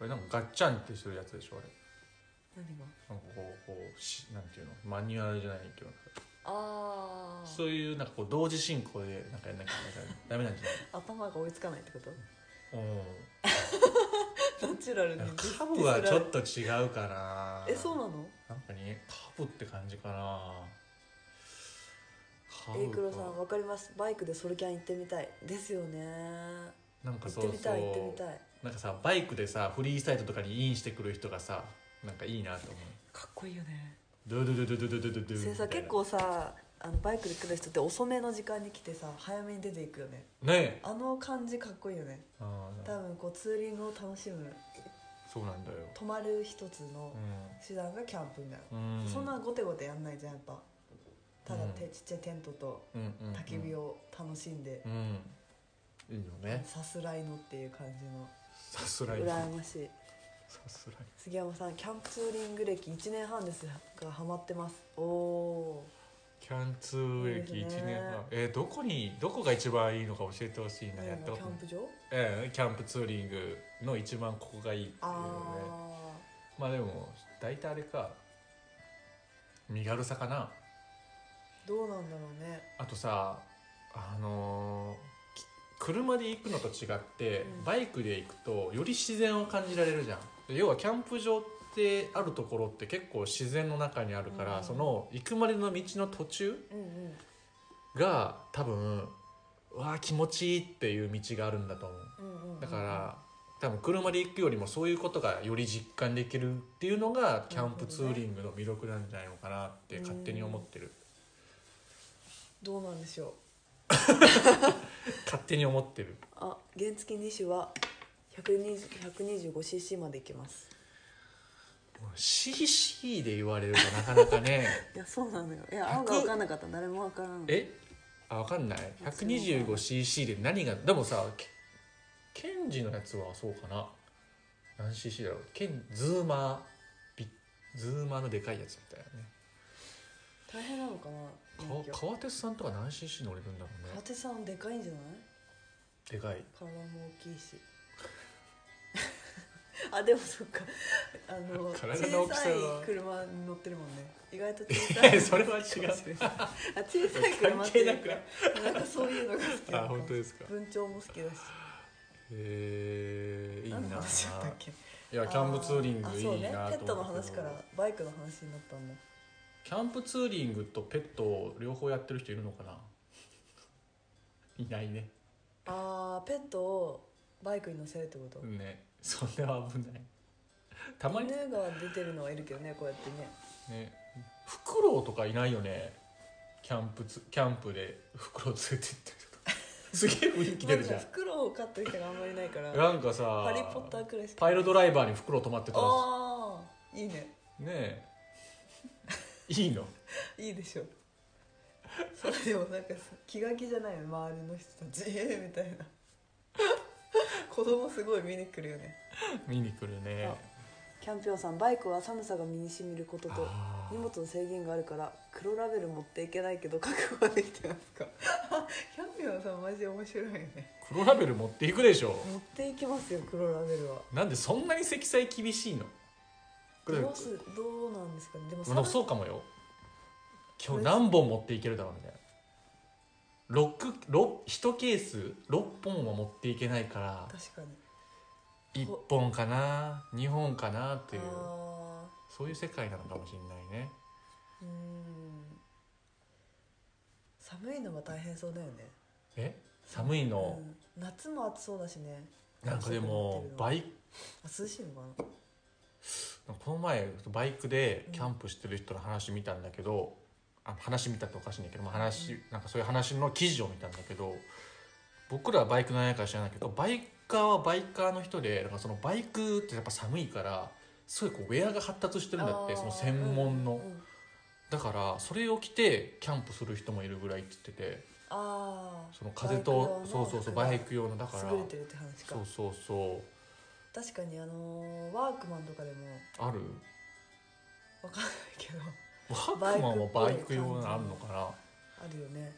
あれなんかガッチャンってしてるやつでしょあれ
何が
なんかこうこうしなんていうのマニュアルじゃないけど
あ
そういうなんかこう同時進行でなんかやんなきゃいけないダメなんじゃない
あ頭が追いつかないってこと
う
ナチュラルに
んなん
ディス
か株はちょ
ディ
っと違うかな
スられえそうなの
なんかに株って感じかな
エイクロさん
か
わかりますバイクでソルキャン行ってみたいですよね
なんか
行っ
そう
てみ
そう
たい行ってみたい
なんかさバイクでさフリースタイルとかにインしてくる人がさなんかいいなと思う
かっこいいよね
ドゥドゥドゥドゥドゥドゥドゥドゥ
それさ結構さあのバイクで来る人って遅めの時間に来てさ早めに出ていくよね
ねえ
あの感じかっこいいよね
あ
多分こうツーリングを楽しむ
そうなんだよ
泊まる一つの手段がキャンプみたいな、
うん
そんなゴテゴテやんないじゃんやっぱただて、ちっちゃいテントと焚き火
を
を楽しんで
うんいいよね
さすらいのっていう感じ
さすらい
の
さ
羨ましい
すらい
杉山さんキャンプツーリング歴1年半ですがハマってますおお
キャンツー駅
いいで
1
すね
年半えーどこにどこが一番いいのか教えてほしい
キ
な
ャ
やったことな
ン
い
プ場
ええキャンプツーリングの一番ここがいいっていう
あ
のでまあでも大体あれか身軽さかな
ーどうなんだろうね
あとさあのーき車で行くのと違って
うん
バイクで行くとより自然を感じられるじゃんで要はキャンプ場ってあるところって結構自然の中にあるから、
うん
その行くまでの道の途中
うんうん
が多分うわあ気持ちいいっていう道があるんだと思う
うんうんうん
だから、多分車で行くよりもそういうことがより実感できるっていうのがキャンプツーリングの魅力なんじゃないのかなって勝手に思ってる、
どうなんでしょう
勝手に思ってる
あ原付2種は 120- 125cc までいけます
もう CC で言われるとなかな かね
いやそうなのよい
100
や青が分かんなかったら誰も分からん
えあわかんない 125cc で何がでもさケケンジのやつはそうかな何 cc だろうケンズーマービズーマーのでかいやつみたいなね
大変なのかな
か
免許
川鉄さんとか何 cc 乗れるんだろうね
川手さんでかいんじゃない
でかい
体も大きいし あでもそっかあの
体の大き
小
さ
さい
は
車に乗ってるもんね意外と小さ
い
い
やそれは違
か
う
もしれないあ小さい車っていうか
関
なんかそういうのが好きなの
あ
かも
本当ですか
文鳥も好きだし
へえいいな
何の話だったっけ
いやキャンプツーリン
あ
グい
そう
い
ね
な
ペットの
思う
話
けど
からバイクの話になったんだ
キャンプツーリングとペットを両方やってる人いるのかな いないね
あーペットをバイクに乗せるってこと、
ねそれは危ないたまにね
犬が出てるのはいるけどねこうやってね
フクロウとかいないよねキャンプつキャンプでフクロウ連れて 行ってる人すげえ雰囲気出るじゃん
なんかフクロウを飼ってる人があんまりいないから
なんかさ
ハリー・ポッターくらいしか
パイロドライバーにフクロウ止まってたらし
ああいいね
い ねえいいの
いいでしょそれでもなんかさ気が気じゃないよ周りの人たちええみたいな子供すごい見に来るよね
見に来るね
あキャンピオンさんバイクは寒さが身にしみることと
あー
荷物の制限があるから黒ラベル持っていけないけど覚悟はできてますかキャンピオンさんマジ面白いよね
黒ラベル持っていくでしょ
持っていきますよ黒ラベルは
なんでそんなに積載厳しいの黒ラベ
ど
ル
うすどうなんですかねでも
でもそうかもよ今日何本持っていけるだろうみたいなロックロ1ケース6本は持っていけないから
確かに
1本かな2本かなっていう
あ
そういう世界なのかもしれないね
ーうーん寒いのは大変そうだよね
え寒いの
う、ん夏も暑そうだしね
なんかでも
暑くな
バ
ってる
イ
のあ涼しいのかな
この前バイクでキャンプしてる人の話見たんだけど、あ話見たっておかしいんだけど、まあ話
う
なんかそういう話の記事を見たんだけど僕らはバイクなんやから知らないけどバイカーはバイカーの人でなんかそのバイクってやっぱ寒いからすごいこうウェアが発達してるんだって
あー
その専門の、
うんうん
だからそれを着てキャンプする人もいるぐらいって言ってて
ああ
その風とそうそうそうバイク用のだから
優れてるって話か
そうそうそう
確かにあのーワークマンとかでも
ある
わかんないけど
ワークマンはバ
バ
イ
イクっぽい
ク用のあるのかな
あるよね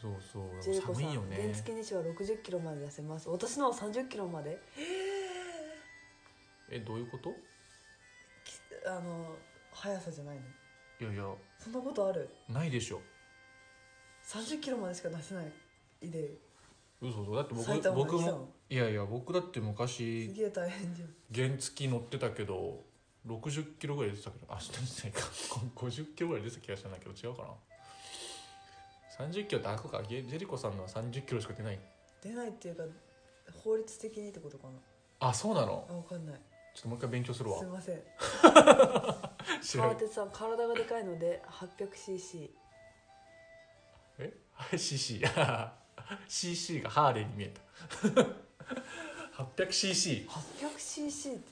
そうそう
ジェ
で
ル
も
コさ
寒
ん、
いよね
原付にしは60キロまで痩せます私のは30キロまで
えどういうこと
きあの速さじゃないの
いやいや
そんなことある
ないでしょ
30キロまでしか出せないで
嘘嘘だって
埼玉
僕
まで来
僕
たの
もいやいや僕だって
す
昔
げえ大変じゃん
原付乗ってたけど60キロぐらい出てたけどあ出 てないか50キロぐらい出てた気がしたんだけど違うかな30キロってあくかゲジェリコさんのは30キロしか出ない
出ないっていうか法律的にってことかな
あそうなの
あ分かんない
ちょっともう一回勉強するわ
すいません
知ら
川
ん
手さん体がでかいので 800cc
え CC?CC がハーレーに見え た 800cc
800cc って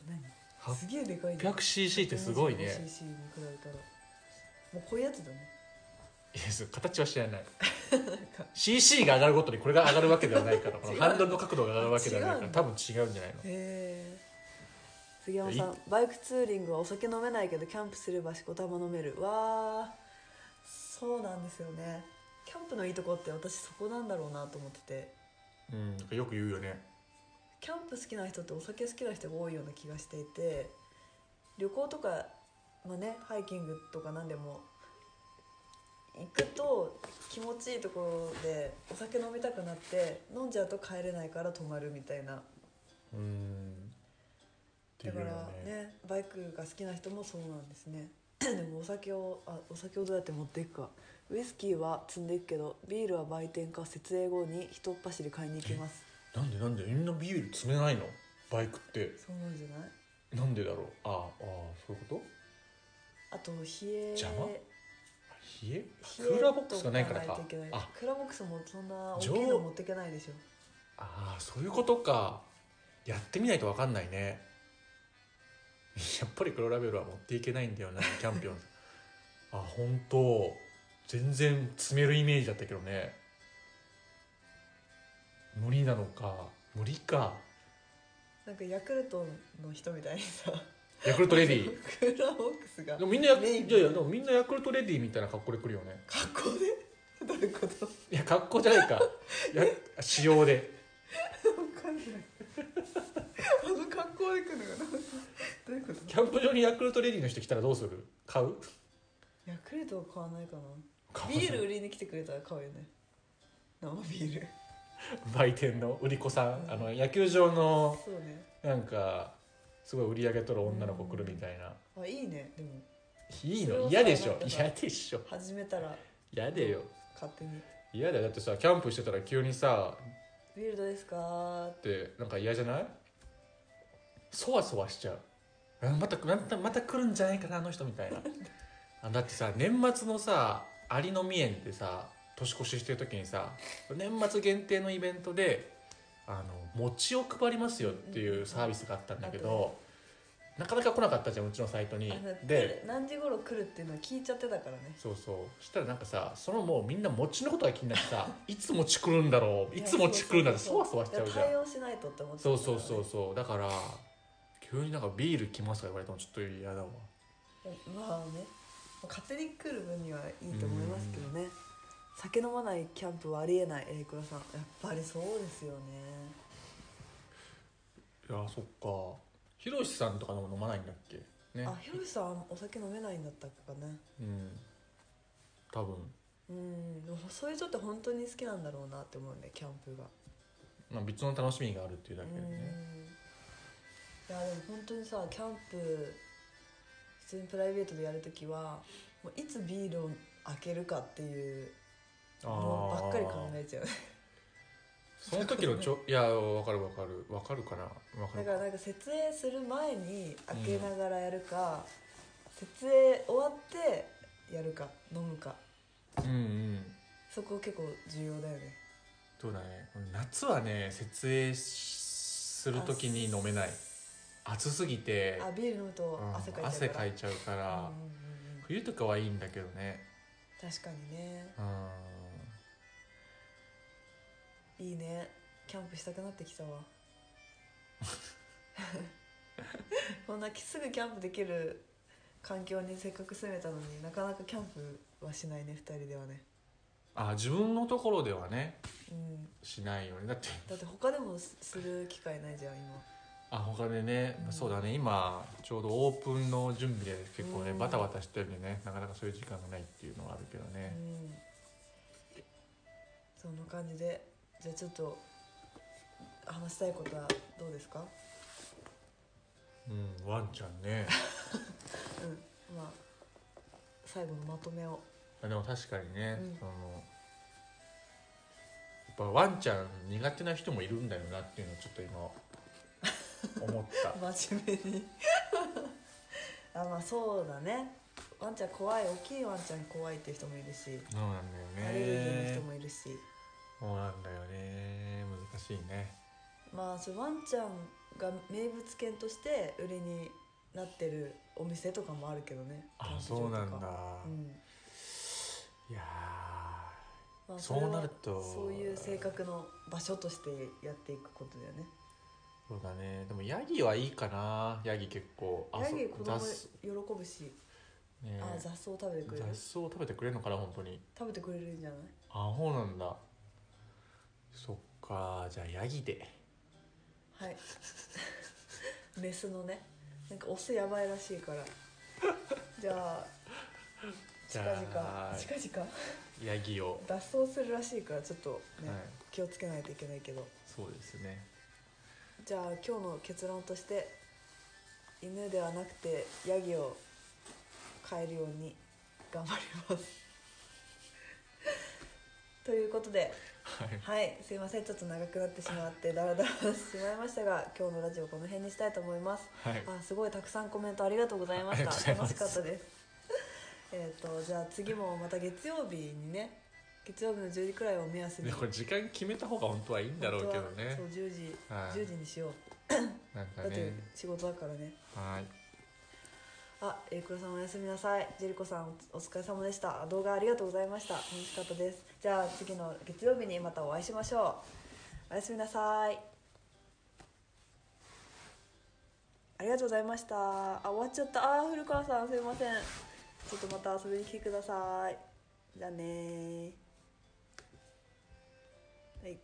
何すげえでかいじゃん
800cc ってすごいね
125cc に比べたらもうこういうやつだね
いやそう形は知らない
か
CC が上がるごとにこれが上がるわけではないからこ の
違う
ハンドルの角度が上がるわけではない
違
か
う
ら
んだ
多分違うんじゃないの
へえ杉山
いや
さんバイクツーリングはお酒飲めないけどキャンプすればしこたま飲めるわあそうなんですよねキャンプのいいとこって私そこなんだろうなと思ってて
うんなんかよく言うよね
キャンプ好きな人ってお酒好きな人が多いような気がしていて旅行とか、まあね、ハイキングとか何でも行くと気持ちいいところでお酒飲みたくなって飲んじゃうと帰れないから泊まるみたいな
うんってい
だ
う
か
よ
ら
ね
ねバイクが好きな人もそうなんですね でもお酒をあお酒をどうやって持っていくかウイスキーは積んでいくけどビールは売店か設営後にひとっ走り買いに行きます
なんでなんでみんなビール詰めないのバイクって
そうなんじゃない
なんでだろうああああそういうこと
あと冷え
邪魔冷え
冷え
クーラーボックスがないから
と
か
ないといけない
あ
クーラーボックスもそんな大きい
常
の持っていけないでしょ
ああそういうことかやってみないと分かんないねやっぱり黒ラベルは持っていけないんだよなキャンピオンあ本当全然詰めるイメージだったけどね無理なのか無理か
なんかヤクルトの人みたいにさ
ヤクルトレディ
クーラーボックスが
でもみんなヤク
メイン
いやいやでもみんなヤクルトレディみたいな格好で来るよね
格好でどういうこと
いや格好じゃないかや 仕様で
わかんないあの格好で来るのがなんかどういうこと
キャンプ場にヤクルトレディの人来たらどうする買う
ヤクルトは買わないかな
買わない
ビール売りに来てくれたら買うよね生ビール
売店の売り子さん、
うん
あの野球場の
そうね
なんかすごい売り上げ取る女の子来るみたいな、
あいいねでも
いい
それ
の
は
嫌でし
そう
ょ
なんだ
嫌でしょ
始めたら
嫌でよ
勝手に
嫌だよだってさキャンプしてたら急にさ
「ビールどうですか?」
ってなんか嫌じゃないそわそわしちゃうあまたまたまた来るんじゃないかなあの人みたいな あだってさ年末のさ有野未園でさ年越ししてる時にさ年末限定のイベントであの餅を配りますよっていうサービスがあったんだけど、なかなか来なかったじゃんうちのサイトに
あの
で
何時頃来るっていうのは聞いちゃってたからね
そうそうそしたらなんかさそのもうみんな餅のことが気になってさいつ餅来るんだろういつ餅来るんだろうそわそわしちゃうじゃん
対応しないとって思ってた
そ
か
う
らね
そうそうそうだから急になんかビール来ますとか言われてもちょっと嫌だわ
まあね勝手に来る分にはいいと思いますけどね酒飲まないキャンプはありえないえー倉さんやっぱりそうですよね
いやそっかひろしさんとかのも飲まないんだっけね
あひろしさんお酒飲めないんだったかね
うん多分、
うんでもそういう人って本当に好きなんだろうなって思うねキャンプが
まあ、別の楽しみがあるっていうだ
う
け
ん
でね
いやでも本当にさキャンプ普通にプライベートでやるときはもういつビールを開けるかっていうの
ー
ばっかり考えちゃう
その時の ちょいやわかるわかるわかるかなわか
だ
る
から
か
なんか設営する前に開けながらやるか、設営終わってやるか飲むか
うんうん
そこ結構重要だよね
そうだね夏はね設営する時に飲めない暑すぎて
あビール飲むと
うん
汗かいちゃう
汗か
い
いちゃうか
た
ら、冬とかはいいんだけどね
確かにね
うん
いいねキャンプしたくなってきたわ こんなすぐキャンプできる環境にせっかく住めたのになかなかキャンプはしないね2人ではね
あ自分のところではね
うん、
しないよねだって
だって他でもすする機会ないじゃん今
あ他でね、
うん
そうだね今ちょうどオープンの準備で結構ね、
うん
バタバタしてるんでねなかなかそういう時間がないっていうのはあるけどね、
うん、そんな感じでじゃあちょっと話したいことはどうですか、
うん、ワンちゃ んね
うん、まあ最後のまとめを
あでも確かにね、
うん
そのやっぱワンちゃん苦手な人もいるんだよなっていうのをちょっと今 思った
真面目に あまあそうだねワンちゃん怖い大きいワンちゃん怖いっていう人もいるし
そうなんだ
アレル
よ
ギーの
ね
人もいるし、
そうなんだよね難しいね
まあそうワンちゃんが名物犬として売りになってるお店とかもあるけどね
あそうなんだ、
うん
いや
まあ、
そう
れは
なると
そういう性格の場所としてやっていくことだよね
ーそうだねでもヤギはいいかなヤギ結構あ
ヤギ
そ
子供
雑草
喜ぶし、
ね
あ雑草食べてくれる
雑草を食べてくれるのかな本当に
食べてくれるんじゃない
あそうなんだそっかじゃあヤギで
はい メスのねなんかオスやばいらしいから じゃあ
じ
近
ゃあ
々近々
ヤギを
脱走するらしいからちょっとね、
はい
気をつけないといけないけど
そうですね
じゃあ今日の結論として犬ではなくてヤギを飼えるように頑張ります。 ということで
はい
はいすいませんちょっと長くなってしまってダラダラしてしまいましたが今日のラジオこの辺にしたいと思います。
はい
あすごいたくさんコメントありがとうございました
ありがとうございま
楽
す
しかったです えっとじゃあ次もまた月曜日にね月曜日の10時くらいを目安に
でこれ時間決めた方が本当はいいんだろうけど
本当は
ね
そう10時、
はい
10時にしよう
なんか
だって
ね
仕事だからね
はい
あえー、黒さんおやすみなさいジェリコさんおお疲れ様でした動画ありがとうございました楽しかったですじゃあ次の月曜日にまたお会いしましょうおやすみなさいありがとうございましたあ終わっちゃったあー古川さんすいませんちょっとまた遊びに来てくださいじゃあねーはい